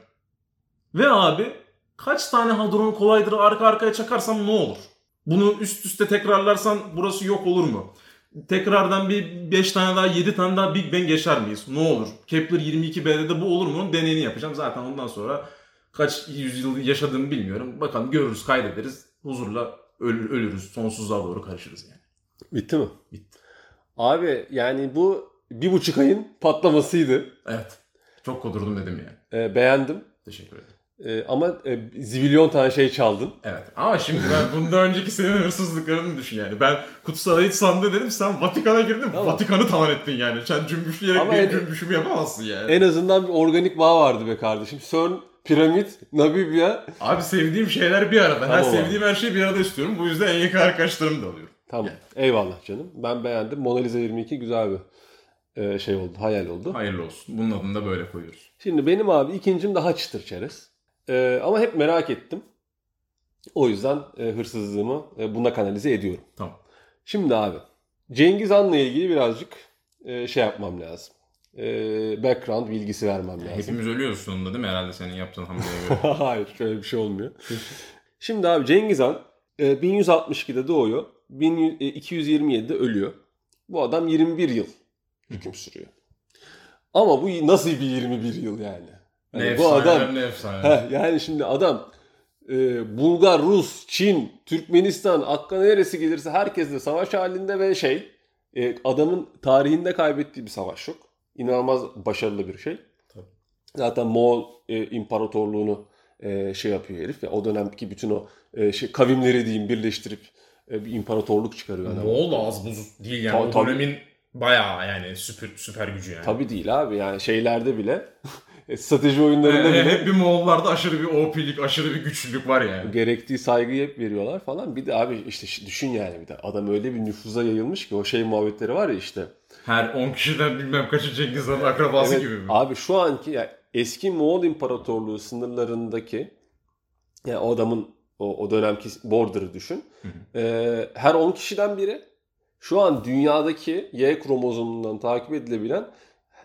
[SPEAKER 3] Ve abi kaç tane hadron kolaydır arka arkaya çakarsam ne olur? Bunu üst üste tekrarlarsan burası yok olur mu? Tekrardan bir 5 tane daha 7 tane daha Big Bang geçer miyiz? Ne olur? Kepler 22b'de de bu olur mu? Onun deneyini yapacağım. Zaten ondan sonra kaç yüzyıl yaşadığımı bilmiyorum. Bakalım görürüz kaydederiz. Huzurla ölür, ölürüz. Sonsuzluğa doğru karışırız yani.
[SPEAKER 2] Bitti mi?
[SPEAKER 3] Bitti.
[SPEAKER 2] Abi yani bu bir buçuk ayın patlamasıydı.
[SPEAKER 3] Evet. Çok kodurdum dedim yani.
[SPEAKER 2] Ee, beğendim.
[SPEAKER 3] Teşekkür ederim.
[SPEAKER 2] Ee, ama e, zibilyon tane şey çaldın.
[SPEAKER 3] Evet ama şimdi ben bundan önceki senin hırsızlıklarını düşün yani. Ben kutsal ayet sandığı dedim sen Vatikan'a girdin
[SPEAKER 2] Tamam.
[SPEAKER 3] Vatikan'ı talan ettin yani. Sen cümbüşleyerek
[SPEAKER 2] Ama E-
[SPEAKER 3] benim
[SPEAKER 2] en-
[SPEAKER 3] cümbüşümü yapamazsın yani.
[SPEAKER 2] En azından bir organik bağ vardı be kardeşim. CERN, piramit, Namibya.
[SPEAKER 3] Abi sevdiğim şeyler bir arada. her
[SPEAKER 2] Tamam abi.
[SPEAKER 3] sevdiğim her şeyi bir arada istiyorum. Bu yüzden en yakın arkadaşlarımı da alıyorum.
[SPEAKER 2] Tamam. Eyvallah canım. Ben beğendim. Mona Lisa 22 güzel bir e, şey oldu. Hayal oldu.
[SPEAKER 3] Hayırlı olsun. Bunun adını da böyle koyuyoruz.
[SPEAKER 2] Şimdi benim abi ikincim daha çıtır çerez. E, ama hep merak ettim. O yüzden e, hırsızlığımı e, buna kanalize ediyorum.
[SPEAKER 3] Tamam.
[SPEAKER 2] Şimdi abi Cengiz Han'la ilgili birazcık e, şey yapmam lazım. E, background bilgisi vermem lazım.
[SPEAKER 3] Hepimiz ölüyoruz sonunda değil mi herhalde senin yaptığın hamleye göre?
[SPEAKER 2] Hayır şöyle bir şey olmuyor. Şimdi abi Cengiz Han e, 1162'de doğuyor. 1100 e, 227'de ölüyor. Bu adam 21 yıl hüküm sürüyor. Ama bu nasıl bir 21 yıl yani?
[SPEAKER 3] ne
[SPEAKER 2] (laughs) Hani
[SPEAKER 3] efsane,
[SPEAKER 2] bu adam
[SPEAKER 3] ne efsane.
[SPEAKER 2] Heh, yani şimdi adam e, Bulgar, Rus, Çin, Türkmenistan, aklına neresi gelirse herkesle savaş halinde ve şey e, adamın tarihinde kaybettiği bir savaş yok. İnanılmaz başarılı bir şey.
[SPEAKER 3] Tabii.
[SPEAKER 2] Zaten Moğol e, imparatorluğunu e, şey yapıyor herif. Ya, o dönemki bütün o e, şey, kavimleri diyeyim birleştirip e, bir imparatorluk çıkarıyor adam.
[SPEAKER 3] Moğol az buz değil yani.
[SPEAKER 2] Tabii,
[SPEAKER 3] o
[SPEAKER 2] tabii.
[SPEAKER 3] dönemin bayağı yani süper, süper gücü yani.
[SPEAKER 2] Tabii değil abi yani şeylerde bile (laughs) e, strateji
[SPEAKER 3] (laughs)
[SPEAKER 2] oyunlarında
[SPEAKER 3] Ee,
[SPEAKER 2] bile
[SPEAKER 3] hep bir Moğollarda aşırı bir OP'lik, aşırı bir güçlülük var yani.
[SPEAKER 2] gerektiği saygıyı hep veriyorlar falan. Bir de abi işte şi- düşün yani bir de adam öyle bir nüfuza yayılmış ki o şey muhabbetleri var ya işte.
[SPEAKER 3] Her 10 kişiden bilmem kaçı Cengiz Han'ın akrabası
[SPEAKER 2] Evet,
[SPEAKER 3] gibi mi?
[SPEAKER 2] Abi şu anki ya eski Moğol İmparatorluğu sınırlarındaki yani o adamın o, o dönemki border'ı düşün.
[SPEAKER 3] Hı
[SPEAKER 2] Ee, her 10 kişiden biri şu an dünyadaki Y kromozomundan takip edilebilen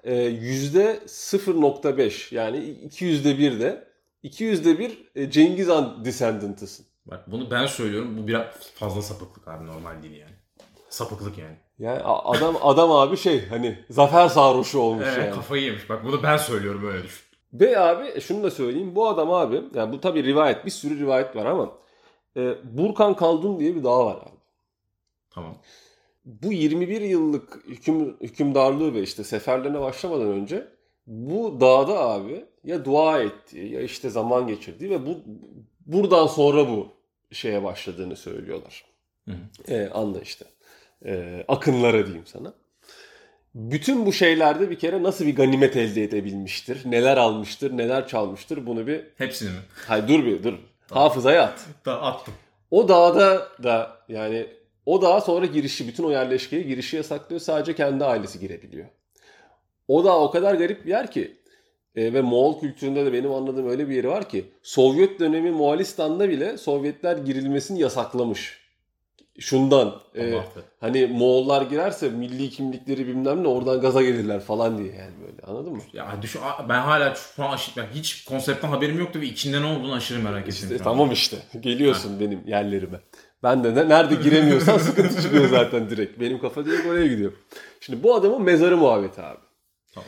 [SPEAKER 2] e, yüzde %0.5 yani 200'de bir de 200'de bir e, Cengiz Han descendantısın.
[SPEAKER 3] Bak bunu ben söylüyorum. Bu biraz fazla sapıklık abi normal değil yani. sapıklık yani.
[SPEAKER 2] Yani a- adam adam abi şey hani zafer sarhoşu olmuş
[SPEAKER 3] Evet,
[SPEAKER 2] yani.
[SPEAKER 3] kafayı yemiş. Bak bunu ben söylüyorum öyle düşün.
[SPEAKER 2] Ve abi e, şunu da söyleyeyim. Bu adam abi yani bu tabii rivayet bir sürü rivayet var ama e, Burkan Kaldun diye bir dağ var abi.
[SPEAKER 3] Tamam.
[SPEAKER 2] Bu 21 yıllık hüküm, hükümdarlığı ve işte seferlerine başlamadan önce bu dağda abi ya dua ettiği ya işte zaman geçirdiği ve bu buradan sonra bu şeye başladığını söylüyorlar.
[SPEAKER 3] Hı
[SPEAKER 2] E, anla işte. E, akınlara diyeyim sana. Bütün bu şeylerde bir kere nasıl bir ganimet elde edebilmiştir? Neler almıştır, neler çalmıştır? Bunu bir
[SPEAKER 3] Hepsini mi?
[SPEAKER 2] Hayır dur bir dur. Hafızaya at.
[SPEAKER 5] Da attım.
[SPEAKER 2] O dağda da yani o dağa sonra girişi bütün o yerleşkeye girişi yasaklıyor. Sadece kendi ailesi girebiliyor. O dağ o kadar garip bir yer ki e, ve Moğol kültüründe de benim anladığım öyle bir yeri var ki Sovyet dönemi Moğolistan'da bile Sovyetler girilmesini yasaklamış. Şundan e,
[SPEAKER 3] Allah affet.
[SPEAKER 2] hani Moğollar girerse milli kimlikleri bilmem ne oradan gaza gelirler falan diye yani böyle anladın mı?
[SPEAKER 3] Ya düşün a- ben hala şu an aşı- ben hiç konseptten haberim yoktu ve içinde ne olduğunu aşırı merak
[SPEAKER 2] İşte
[SPEAKER 3] ettim. şu an.
[SPEAKER 2] tamam işte. (laughs) Geliyorsun benim yerlerime. Ben de ne- nerede giremiyorsan sıkıntı çıkıyor zaten direkt. Benim kafa direkt oraya gidiyor. Şimdi bu adamın mezarı muhabbeti abi.
[SPEAKER 3] Tamam.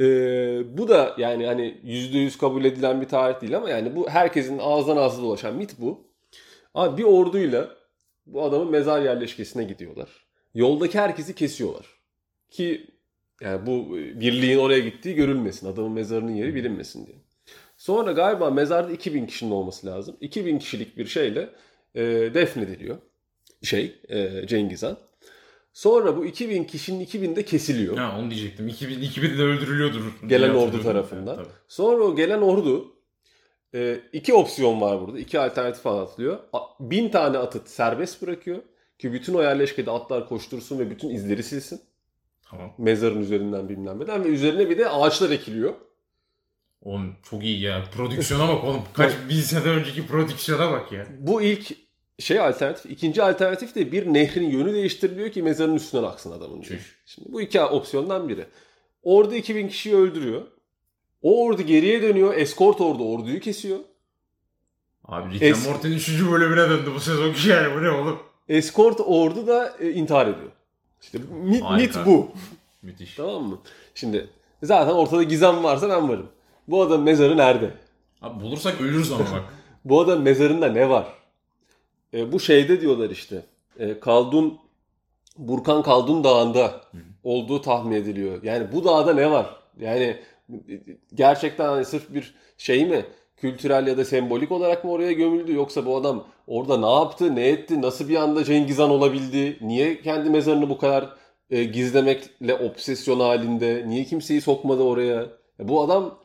[SPEAKER 2] Ee, bu da yani hani yüzde yüz kabul edilen bir tarih değil ama yani bu herkesin ağızdan ağza dolaşan mit bu. Abi bir orduyla bu adamın mezar yerleşkesine gidiyorlar. Yoldaki herkesi kesiyorlar. Ki yani bu e, birliğin oraya gittiği görülmesin. Adamın mezarının yeri bilinmesin diye. Sonra galiba mezarda 2000 kişinin olması lazım. 2000 kişilik bir şeyle e, defnediliyor. Şey e, Cengiz Han. Sonra bu 2000 kişinin 2000 de kesiliyor.
[SPEAKER 3] Ha, onu diyecektim. 2000, 2000'de öldürülüyordur.
[SPEAKER 2] Gelen
[SPEAKER 3] diye
[SPEAKER 2] ordu
[SPEAKER 3] hatırlıyorum.
[SPEAKER 2] tarafından.
[SPEAKER 3] Evet, tabii.
[SPEAKER 2] Sonra o gelen ordu e, iki opsiyon var burada. iki alternatif anlatılıyor. A- Bin tane atı serbest bırakıyor. Ki bütün o yerleşkede atlar koştursun ve bütün izleri silsin.
[SPEAKER 3] Tamam.
[SPEAKER 2] Mezarın üzerinden bilmem neden. Ve üzerine bir de ağaçlar ekiliyor.
[SPEAKER 3] Oğlum çok iyi ya. Prodüksiyona bak oğlum. Kaç bin sene önceki prodüksiyona bak ya.
[SPEAKER 2] Bu ilk şey alternatif. ikinci alternatif de bir nehrin yönü değiştiriliyor ki mezarın üstünden aksın adamın. diye.
[SPEAKER 3] Çüş.
[SPEAKER 2] Şimdi bu iki opsiyondan biri. Ordu 2000 kişiyi öldürüyor. O ordu geriye dönüyor. Eskort ordu orduyu kesiyor.
[SPEAKER 3] Abi Rick and
[SPEAKER 2] Eski-
[SPEAKER 3] Morty'nin 3. bölümüne döndü bu sezon ki yani bu ne oğlum?
[SPEAKER 2] Eskort ordu da e, intihar ediyor. İşte mit, mit
[SPEAKER 3] Harika.
[SPEAKER 2] bu.
[SPEAKER 3] Müthiş.
[SPEAKER 2] Tamam mı? Şimdi zaten ortada gizem varsa ben varım. Bu adam mezarı nerede?
[SPEAKER 3] Abi bulursak ölürüz ama bak.
[SPEAKER 2] Bu adam mezarında ne var? E, bu şeyde diyorlar işte. E, Kaldun Burkan Kaldun Dağı'nda olduğu tahmin ediliyor. Yani bu dağda ne var? Yani e, gerçekten hani sırf bir şey mi? Kültürel ya da sembolik olarak mı oraya gömüldü? Yoksa bu adam orada ne yaptı, ne etti, nasıl bir anda Cengiz Han olabildi? Niye kendi mezarını bu kadar e, gizlemekle obsesyon halinde? Niye kimseyi sokmadı oraya? E, bu adam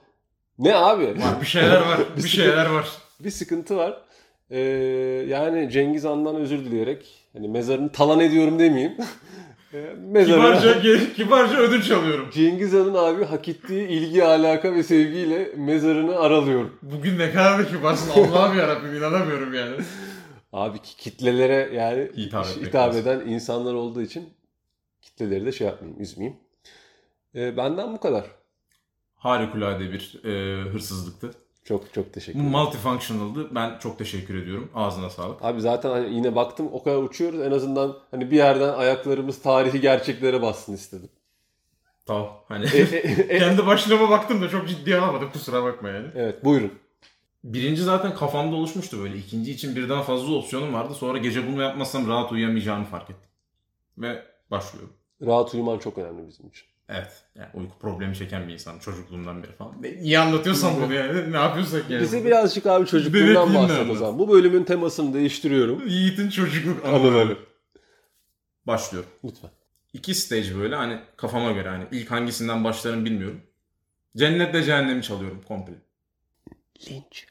[SPEAKER 2] ne abi?
[SPEAKER 3] Bak bir şeyler var.
[SPEAKER 2] Biz-
[SPEAKER 3] bir şeyler
[SPEAKER 2] (laughs)
[SPEAKER 3] var.
[SPEAKER 2] bir sıkıntı var. Ee, yani Cengiz Han'dan özür dileyerek hani mezarını talan ediyorum demeyeyim. (laughs) Ee, mezarına
[SPEAKER 5] Kibarca, ge- kibarca ödünç alıyorum.
[SPEAKER 2] Cengiz Han'ın abi hak ettiği ilgi, alaka ve sevgiyle mezarını aralıyorum.
[SPEAKER 5] Bugün ne kadar da kibarsın Allah'ım yarabbim inanamıyorum yani.
[SPEAKER 2] Abi ki- kitlelere yani
[SPEAKER 3] Hitap
[SPEAKER 2] iş-
[SPEAKER 3] etmek
[SPEAKER 2] hitap
[SPEAKER 3] lazım.
[SPEAKER 2] eden insanlar olduğu için kitleleri de şey yapmayayım, üzmeyeyim. Ee, benden bu kadar.
[SPEAKER 3] Harikulade bir e, hırsızlıktı.
[SPEAKER 2] Çok çok teşekkür
[SPEAKER 3] Bu
[SPEAKER 2] ederim.
[SPEAKER 3] multifunctional'dı. Ben çok teşekkür ediyorum. Ağzına sağlık.
[SPEAKER 2] Abi zaten hani yine baktım o kadar uçuyoruz. En azından hani bir yerden ayaklarımız tarihi gerçeklere bassın istedim.
[SPEAKER 3] Tamam. Hani
[SPEAKER 2] E, e,
[SPEAKER 3] (laughs)
[SPEAKER 2] e, e.
[SPEAKER 5] Kendi başlığıma baktım da çok ciddiye alamadım kusura bakma yani.
[SPEAKER 2] evet buyurun.
[SPEAKER 3] birinci zaten kafamda oluşmuştu böyle. İkinci için birden fazla opsiyonum vardı. Sonra gece bunu yapmazsam rahat uyuyamayacağımı fark ettim. Ve başlıyorum.
[SPEAKER 2] Rahat uyuman çok önemli bizim için.
[SPEAKER 3] Evet. Yani uyku problemi çeken bir insan çocukluğumdan beri falan.
[SPEAKER 5] Ne- Niye anlatıyorsan bunu yani ne yapıyorsak yani.
[SPEAKER 2] Bize birazcık abi
[SPEAKER 5] Bebekliğimle
[SPEAKER 2] çocukluğundan bahset o
[SPEAKER 5] anlat.
[SPEAKER 2] zaman. Bu bölümün temasını değiştiriyorum.
[SPEAKER 5] Yiğit'in çocukluk
[SPEAKER 2] Anıları.
[SPEAKER 3] Başlıyorum.
[SPEAKER 2] Lütfen.
[SPEAKER 3] İki stage böyle hani kafama göre hani ilk hangisinden başlarım bilmiyorum. Cennetle cehennemi çalıyorum komple.
[SPEAKER 2] Linç.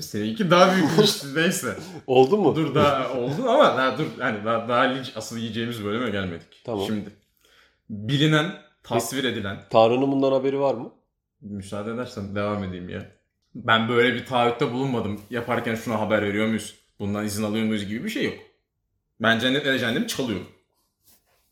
[SPEAKER 5] Seninki daha büyükmüş neyse.
[SPEAKER 2] Oldu mu?
[SPEAKER 5] Dur daha oldu ama daha dur hani daha, daha linç asıl yiyeceğimiz bölüme gelmedik.
[SPEAKER 2] Tamam.
[SPEAKER 5] Şimdi bilinen, tasvir edilen
[SPEAKER 2] Tanrı'nın bundan haberi var mı?
[SPEAKER 5] müsaade edersen devam edeyim ya.
[SPEAKER 3] Ben böyle bir taahhütte bulunmadım. Yaparken şuna haber veriyor muyuz? Bundan izin alıyor muyuz gibi bir şey yok. Ben cennetle cehennemi çalıyorum.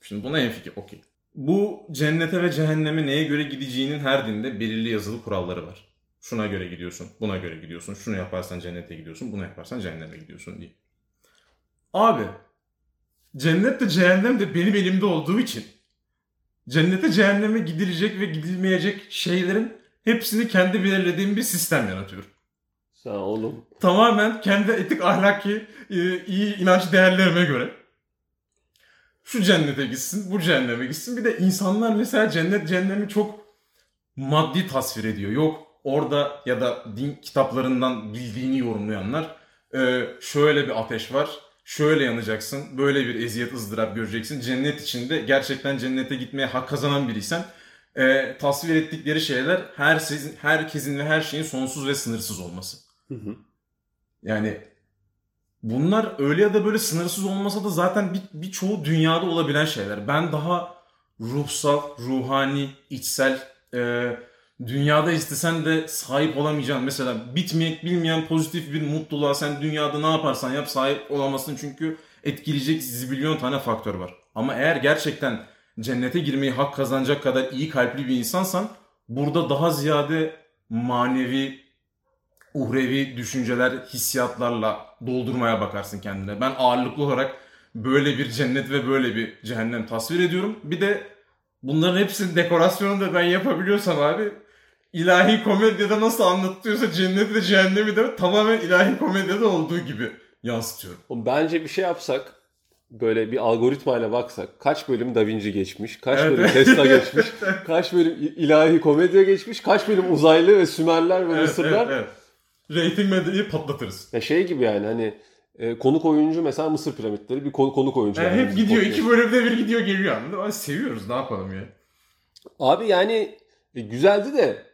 [SPEAKER 3] Şimdi buna en fikir. Okey. Bu cennete ve cehenneme neye göre gideceğinin her dinde belirli yazılı kuralları var. Şuna göre gidiyorsun, buna göre gidiyorsun, şunu yaparsan cennete gidiyorsun, bunu yaparsan cehenneme gidiyorsun diye. Abi Cennet de cehennem de benim elimde olduğu için. Cennete cehenneme gidilecek ve gidilmeyecek şeylerin hepsini kendi belirlediğim bir sistem yaratıyorum.
[SPEAKER 2] Sen oğlum.
[SPEAKER 3] Tamamen kendi etik ahlaki e, iyi inanç değerlerime göre. Şu cennete gitsin, bu cehenneme gitsin. Bir de insanlar mesela cennet cehennemi çok maddi tasvir ediyor. Yok orada ya da din kitaplarından bildiğini yorumlayanlar e, şöyle bir ateş var, şöyle yanacaksın, böyle bir eziyet ızdırap göreceksin. Cennet içinde gerçekten cennete gitmeye hak kazanan biriysen e, tasvir ettikleri şeyler her sizin, herkesin ve her şeyin sonsuz ve sınırsız olması.
[SPEAKER 2] Hı hı.
[SPEAKER 3] Yani bunlar öyle ya da böyle sınırsız olmasa da zaten bir- birçoğu dünyada olabilen şeyler. Ben daha ruhsal, ruhani, içsel, e, dünyada istesen de sahip olamayacağın mesela bitmeyek bilmeyen pozitif bir mutluluğa sen dünyada ne yaparsan yap sahip olamazsın çünkü etkileyecek zibilyon tane faktör var. Ama eğer gerçekten cennete girmeyi hak kazanacak kadar iyi kalpli bir insansan burada daha ziyade manevi uhrevi düşünceler, hissiyatlarla doldurmaya bakarsın kendine. Ben ağırlıklı olarak böyle bir cennet ve böyle bir cehennem tasvir ediyorum. Bir de bunların hepsinin dekorasyonunu da ben yapabiliyorsam abi ilahi komedyada nasıl anlatıyorsa cenneti de cehennemi de tamamen ilahi komedyada olduğu gibi yansıtıyorum.
[SPEAKER 2] Oğlum Bence bir şey yapsak böyle bir algoritmayla baksak kaç bölüm Da Vinci geçmiş, kaç
[SPEAKER 3] Evet.
[SPEAKER 2] bölüm
[SPEAKER 3] (laughs)
[SPEAKER 2] Tesla geçmiş, kaç bölüm il- ilahi komedya geçmiş, kaç bölüm uzaylı ve Sümerler ve
[SPEAKER 3] Evet,
[SPEAKER 2] Mısırlar.
[SPEAKER 3] evet, evet. Rating medyayı patlatırız.
[SPEAKER 2] Ya şey gibi yani hani e, konuk oyuncu mesela Mısır piramitleri bir konu, konuk oyuncu.
[SPEAKER 3] Yani
[SPEAKER 2] yani
[SPEAKER 3] hep
[SPEAKER 2] bizim
[SPEAKER 3] gidiyor.
[SPEAKER 2] podcast.
[SPEAKER 3] iki bölümde bir gidiyor geliyor anladın mı? Abi Seviyoruz ne yapalım ya.
[SPEAKER 2] Abi yani e, güzeldi de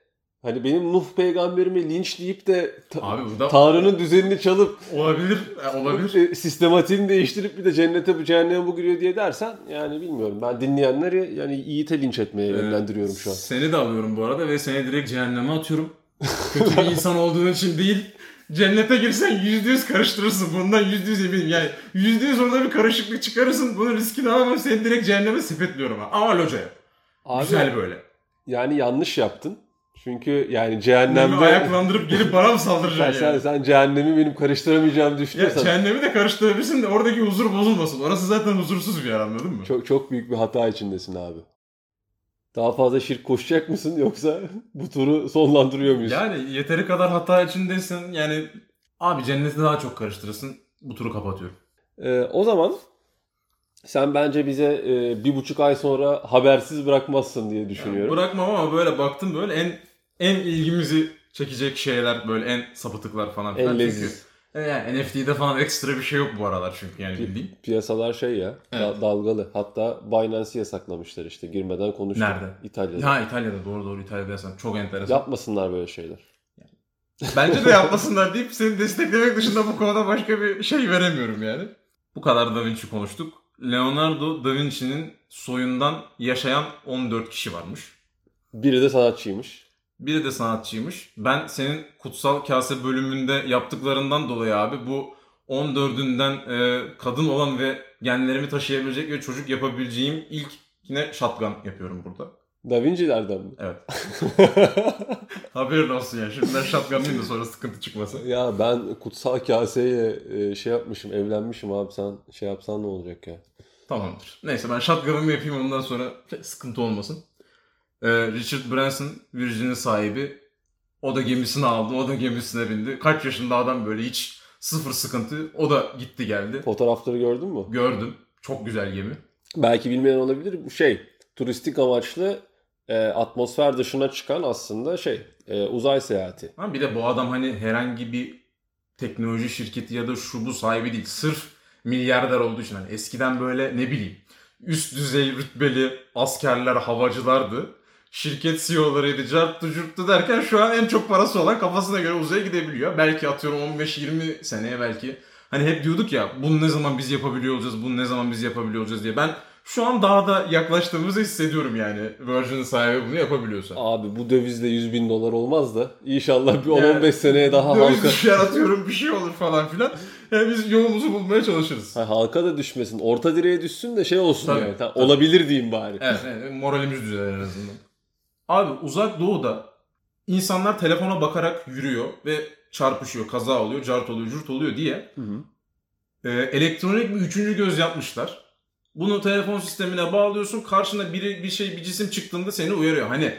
[SPEAKER 2] hani benim Nuh peygamberimi linçleyip de ta-
[SPEAKER 3] Abi bu da
[SPEAKER 2] Tanrı'nın düzenini çalıp
[SPEAKER 3] olabilir. Olabilir.
[SPEAKER 2] e, sistematiğini değiştirip bir de cennete bu cehenneme bu giriyor diye dersen yani bilmiyorum. Ben dinleyenleri yani Yiğit'e linç etmeye
[SPEAKER 3] Evet.
[SPEAKER 2] yönlendiriyorum şu an.
[SPEAKER 3] Ee, Seni de alıyorum bu arada ve seni direkt cehenneme atıyorum. Kötü bir insan olduğun için değil. Cennete girsen yüzde yüz karıştırırsın. Bundan yüzde yüz eminim. Yani yüzde yüz orada bir karışıklık çıkarırsın. Bunun riskini alamam. Seni direkt cehenneme sepetliyorum. ha. Ama locaya.
[SPEAKER 2] Abi
[SPEAKER 3] Güzel böyle.
[SPEAKER 2] yani yanlış yaptın. Çünkü yani
[SPEAKER 3] Cehennemi
[SPEAKER 2] cehennemde
[SPEAKER 3] ayaklandırıp gelip bana mı
[SPEAKER 2] sen,
[SPEAKER 3] saldıracaksın
[SPEAKER 2] sen,
[SPEAKER 3] yani?
[SPEAKER 2] sen cehennemi benim karıştıramayacağımı
[SPEAKER 3] Ya
[SPEAKER 2] düşünüyorsan
[SPEAKER 3] cehennemi de karıştırabilirsin de oradaki huzur bozulmasın. Orası zaten huzursuz bir yer anladın mı?
[SPEAKER 2] çok çok büyük bir hata içindesin abi. Daha fazla şirk koşacak mısın yoksa (laughs) bu turu sonlandırıyor muyuz?
[SPEAKER 3] Yani yeteri kadar hata içindesin. Yani abi cenneti daha çok karıştırırsın. Bu turu kapatıyorum.
[SPEAKER 2] Ee, o zaman sen bence bize e, bir buçuk ay sonra habersiz bırakmazsın diye düşünüyorum.
[SPEAKER 3] Bırakmam ama böyle baktım böyle en en ilgimizi çekecek şeyler böyle en sapıtıklar falan filan.
[SPEAKER 2] En
[SPEAKER 3] Çünkü-
[SPEAKER 2] leziz.
[SPEAKER 3] E Yani NFT'de falan ekstra bir şey yok bu aralar çünkü yani bildiğin.
[SPEAKER 2] Piyasalar şey ya da-
[SPEAKER 3] Evet.
[SPEAKER 2] dalgalı. Hatta Binance'i yasaklamışlar işte girmeden konuştuk.
[SPEAKER 3] Nerede?
[SPEAKER 2] İtalya'da.
[SPEAKER 3] Ha İtalya'da doğru doğru İtalya'da yazan çok enteresan.
[SPEAKER 2] Yapmasınlar böyle şeyler. (laughs)
[SPEAKER 3] Bence de yapmasınlar deyip seni desteklemek dışında bu konuda başka bir şey veremiyorum yani. Bu kadar Da Vinci konuştuk. Leonardo Da Vinci'nin soyundan yaşayan 14 kişi varmış.
[SPEAKER 2] Biri de sanatçıymış.
[SPEAKER 3] Biri de sanatçıymış. Ben senin kutsal kase bölümünde yaptıklarından dolayı abi bu 14'ünden e, kadın olan ve genlerimi taşıyabilecek ve çocuk yapabileceğim ilk yine shotgun yapıyorum burada.
[SPEAKER 2] Da Vinci'lerden mi?
[SPEAKER 3] Evet. Haberin olsun ya. Şimdi ben shotgun'layım da sonra sıkıntı
[SPEAKER 2] (laughs)
[SPEAKER 3] çıkmasın.
[SPEAKER 2] ya ben kutsal kaseyle e, şey yapmışım, evlenmişim abi sen şey yapsan ne olacak ya?
[SPEAKER 3] Tamamdır. Neyse ben shotgun'ımı yapayım ondan sonra sıkıntı olmasın. E, Richard Branson Virgin'in sahibi. O da gemisini aldı. O da gemisine bindi. Kaç yaşında adam böyle hiç sıfır sıkıntı. O da gitti geldi.
[SPEAKER 2] Fotoğrafları gördün mü?
[SPEAKER 3] Gördüm. Çok güzel gemi.
[SPEAKER 2] Belki bilmeyen olabilir. Bu şey turistik amaçlı e, atmosfer dışına çıkan aslında şey e, uzay seyahati.
[SPEAKER 3] Ha, bir de bu adam hani herhangi bir teknoloji şirketi ya da şu bu sahibi değil. Sırf milyarder olduğu için. Hani eskiden böyle ne bileyim üst düzey rütbeli askerler, havacılardı. Şirket CEO'larıydı, carttı curttu derken şu an en çok parası olan kafasına göre uzaya gidebiliyor. Belki atıyorum 15-20 seneye belki. Hani hep diyorduk ya bunu ne zaman biz yapabiliyor olacağız, bunu ne zaman biz yapabiliyor olacağız diye. Ben şu an daha da yaklaştığımızı hissediyorum yani. Virgin'in sahibi bunu yapabiliyorsa.
[SPEAKER 2] Abi bu dövizle 100 bin dolar olmaz da inşallah bir 10-15
[SPEAKER 3] Yani
[SPEAKER 2] seneye daha
[SPEAKER 3] Döviz
[SPEAKER 2] halka,
[SPEAKER 3] düşer atıyorum bir şey olur falan filan. Yani biz yolumuzu bulmaya çalışırız.
[SPEAKER 2] Ha, halka da düşmesin. Orta direğe düşsün de şey olsun
[SPEAKER 3] Tabii,
[SPEAKER 2] yani. Ta-
[SPEAKER 3] tabii.
[SPEAKER 2] Olabilir diyeyim bari.
[SPEAKER 3] Evet, evet, moralimiz düzelir en azından. Abi uzak doğuda insanlar telefona bakarak yürüyor ve çarpışıyor, kaza oluyor, cart oluyor, cürt oluyor diye
[SPEAKER 2] Hı hı.
[SPEAKER 3] e, elektronik bir Ee, üçüncü göz yapmışlar. Bunu telefon sistemine bağlıyorsun. Karşına biri bir şey bir cisim çıktığında seni uyarıyor. Hani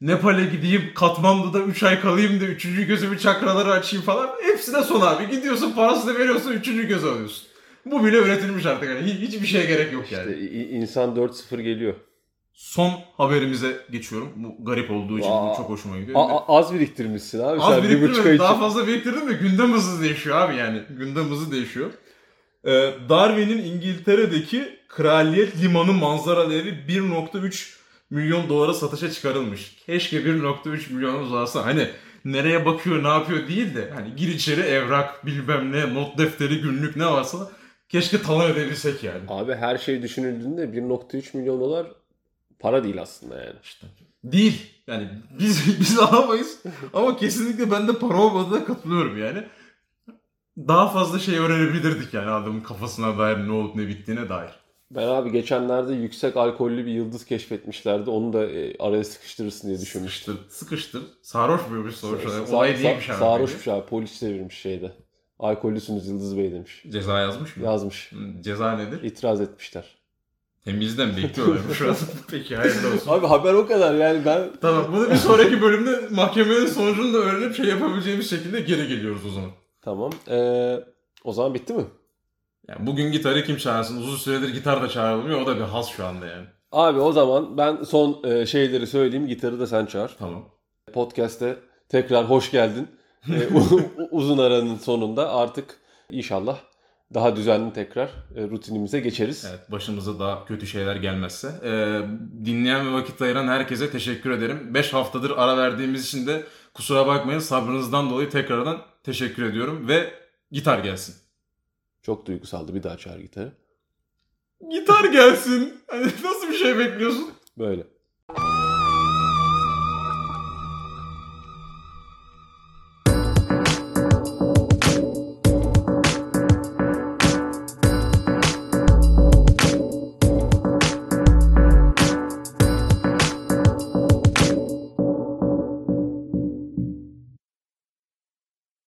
[SPEAKER 3] Nepal'e gideyim Katmandu'da 3 ay kalayım da 3. gözümü çakraları açayım falan. Hepsi de son abi. Gidiyorsun parasını veriyorsun 3. göz alıyorsun. Bu bile üretilmiş artık. Yani hi- hiçbir şeye gerek yok yani.
[SPEAKER 2] İşte i- insan 4-0 geliyor.
[SPEAKER 3] Son haberimize geçiyorum. Bu garip olduğu için
[SPEAKER 2] Aa.
[SPEAKER 3] bu çok hoşuma gidiyor.
[SPEAKER 2] A- a- az biriktirmişsin abi.
[SPEAKER 3] Az
[SPEAKER 2] sen bir buçuk ay
[SPEAKER 3] biriktirmedim. Daha
[SPEAKER 2] için.
[SPEAKER 3] fazla biriktirdim de gündem hızı değişiyor abi yani. Gündem hızı değişiyor. Ee, Darwin'in İngiltere'deki Kraliyet Limanı manzaraları 1.3 milyon dolara satışa çıkarılmış. Keşke 1.3 milyon uzarsa hani nereye bakıyor ne yapıyor değil de hani gir içeri evrak bilmem ne not defteri günlük ne varsa keşke talan edebilsek yani.
[SPEAKER 2] Abi her şey düşünüldüğünde 1.3 milyon dolar para değil aslında yani.
[SPEAKER 3] İşte değil. Yani biz (laughs) biz alamayız ama kesinlikle ben de para olmadığına katılıyorum yani. Daha fazla şey öğrenebilirdik yani adamın kafasına dair ne olup ne bittiğine dair.
[SPEAKER 2] Ben abi geçenlerde yüksek alkollü bir yıldız keşfetmişlerdi. Onu da e, araya sıkıştırırsın diye düşünmüştüm.
[SPEAKER 3] Sıkıştır, sıkıştır. Sarhoş muymuş sonuçta?
[SPEAKER 2] Sa-
[SPEAKER 3] Olay şey
[SPEAKER 2] sa-
[SPEAKER 3] değilmiş abi.
[SPEAKER 2] Sarhoşmuş abi. Polis çevirmiş şeyde. Alkollüsünüz Yıldız Bey demiş.
[SPEAKER 3] Ceza yazmış mı?
[SPEAKER 2] Yazmış.
[SPEAKER 3] Hı, Ceza nedir?
[SPEAKER 2] İtiraz etmişler.
[SPEAKER 3] Hem bizden
[SPEAKER 2] (laughs)
[SPEAKER 3] bekliyorlar şu an. Peki hayırlı olsun.
[SPEAKER 2] Abi haber o kadar yani ben
[SPEAKER 3] tamam bunu bir sonraki bölümde mahkemenin sonucunu da öğrenip şey yapabileceğimiz şekilde geri geliyoruz o zaman.
[SPEAKER 2] Tamam. Ee, o zaman bitti mi?
[SPEAKER 3] Yani bugün gitarı kim çağırsın? Uzun süredir gitar da çağrılmıyor. O da bir has şu anda yani.
[SPEAKER 2] Abi o zaman ben son e, şeyleri söyleyeyim. Gitarı da sen çağır.
[SPEAKER 3] Tamam.
[SPEAKER 2] Podcast'te tekrar hoş geldin. E, (laughs) u- uzun aranın sonunda artık inşallah daha düzenli tekrar e, rutinimize geçeriz.
[SPEAKER 3] Evet başımıza daha kötü şeyler gelmezse. Ee, dinleyen ve vakit ayıran herkese teşekkür ederim. 5 haftadır ara verdiğimiz için de kusura bakmayın sabrınızdan dolayı tekrardan teşekkür ediyorum ve gitar gelsin.
[SPEAKER 2] Çok duygusaldı. Bir daha çağır gitarı.
[SPEAKER 3] Gitar gelsin. Hani nasıl bir şey bekliyorsun?
[SPEAKER 2] Böyle.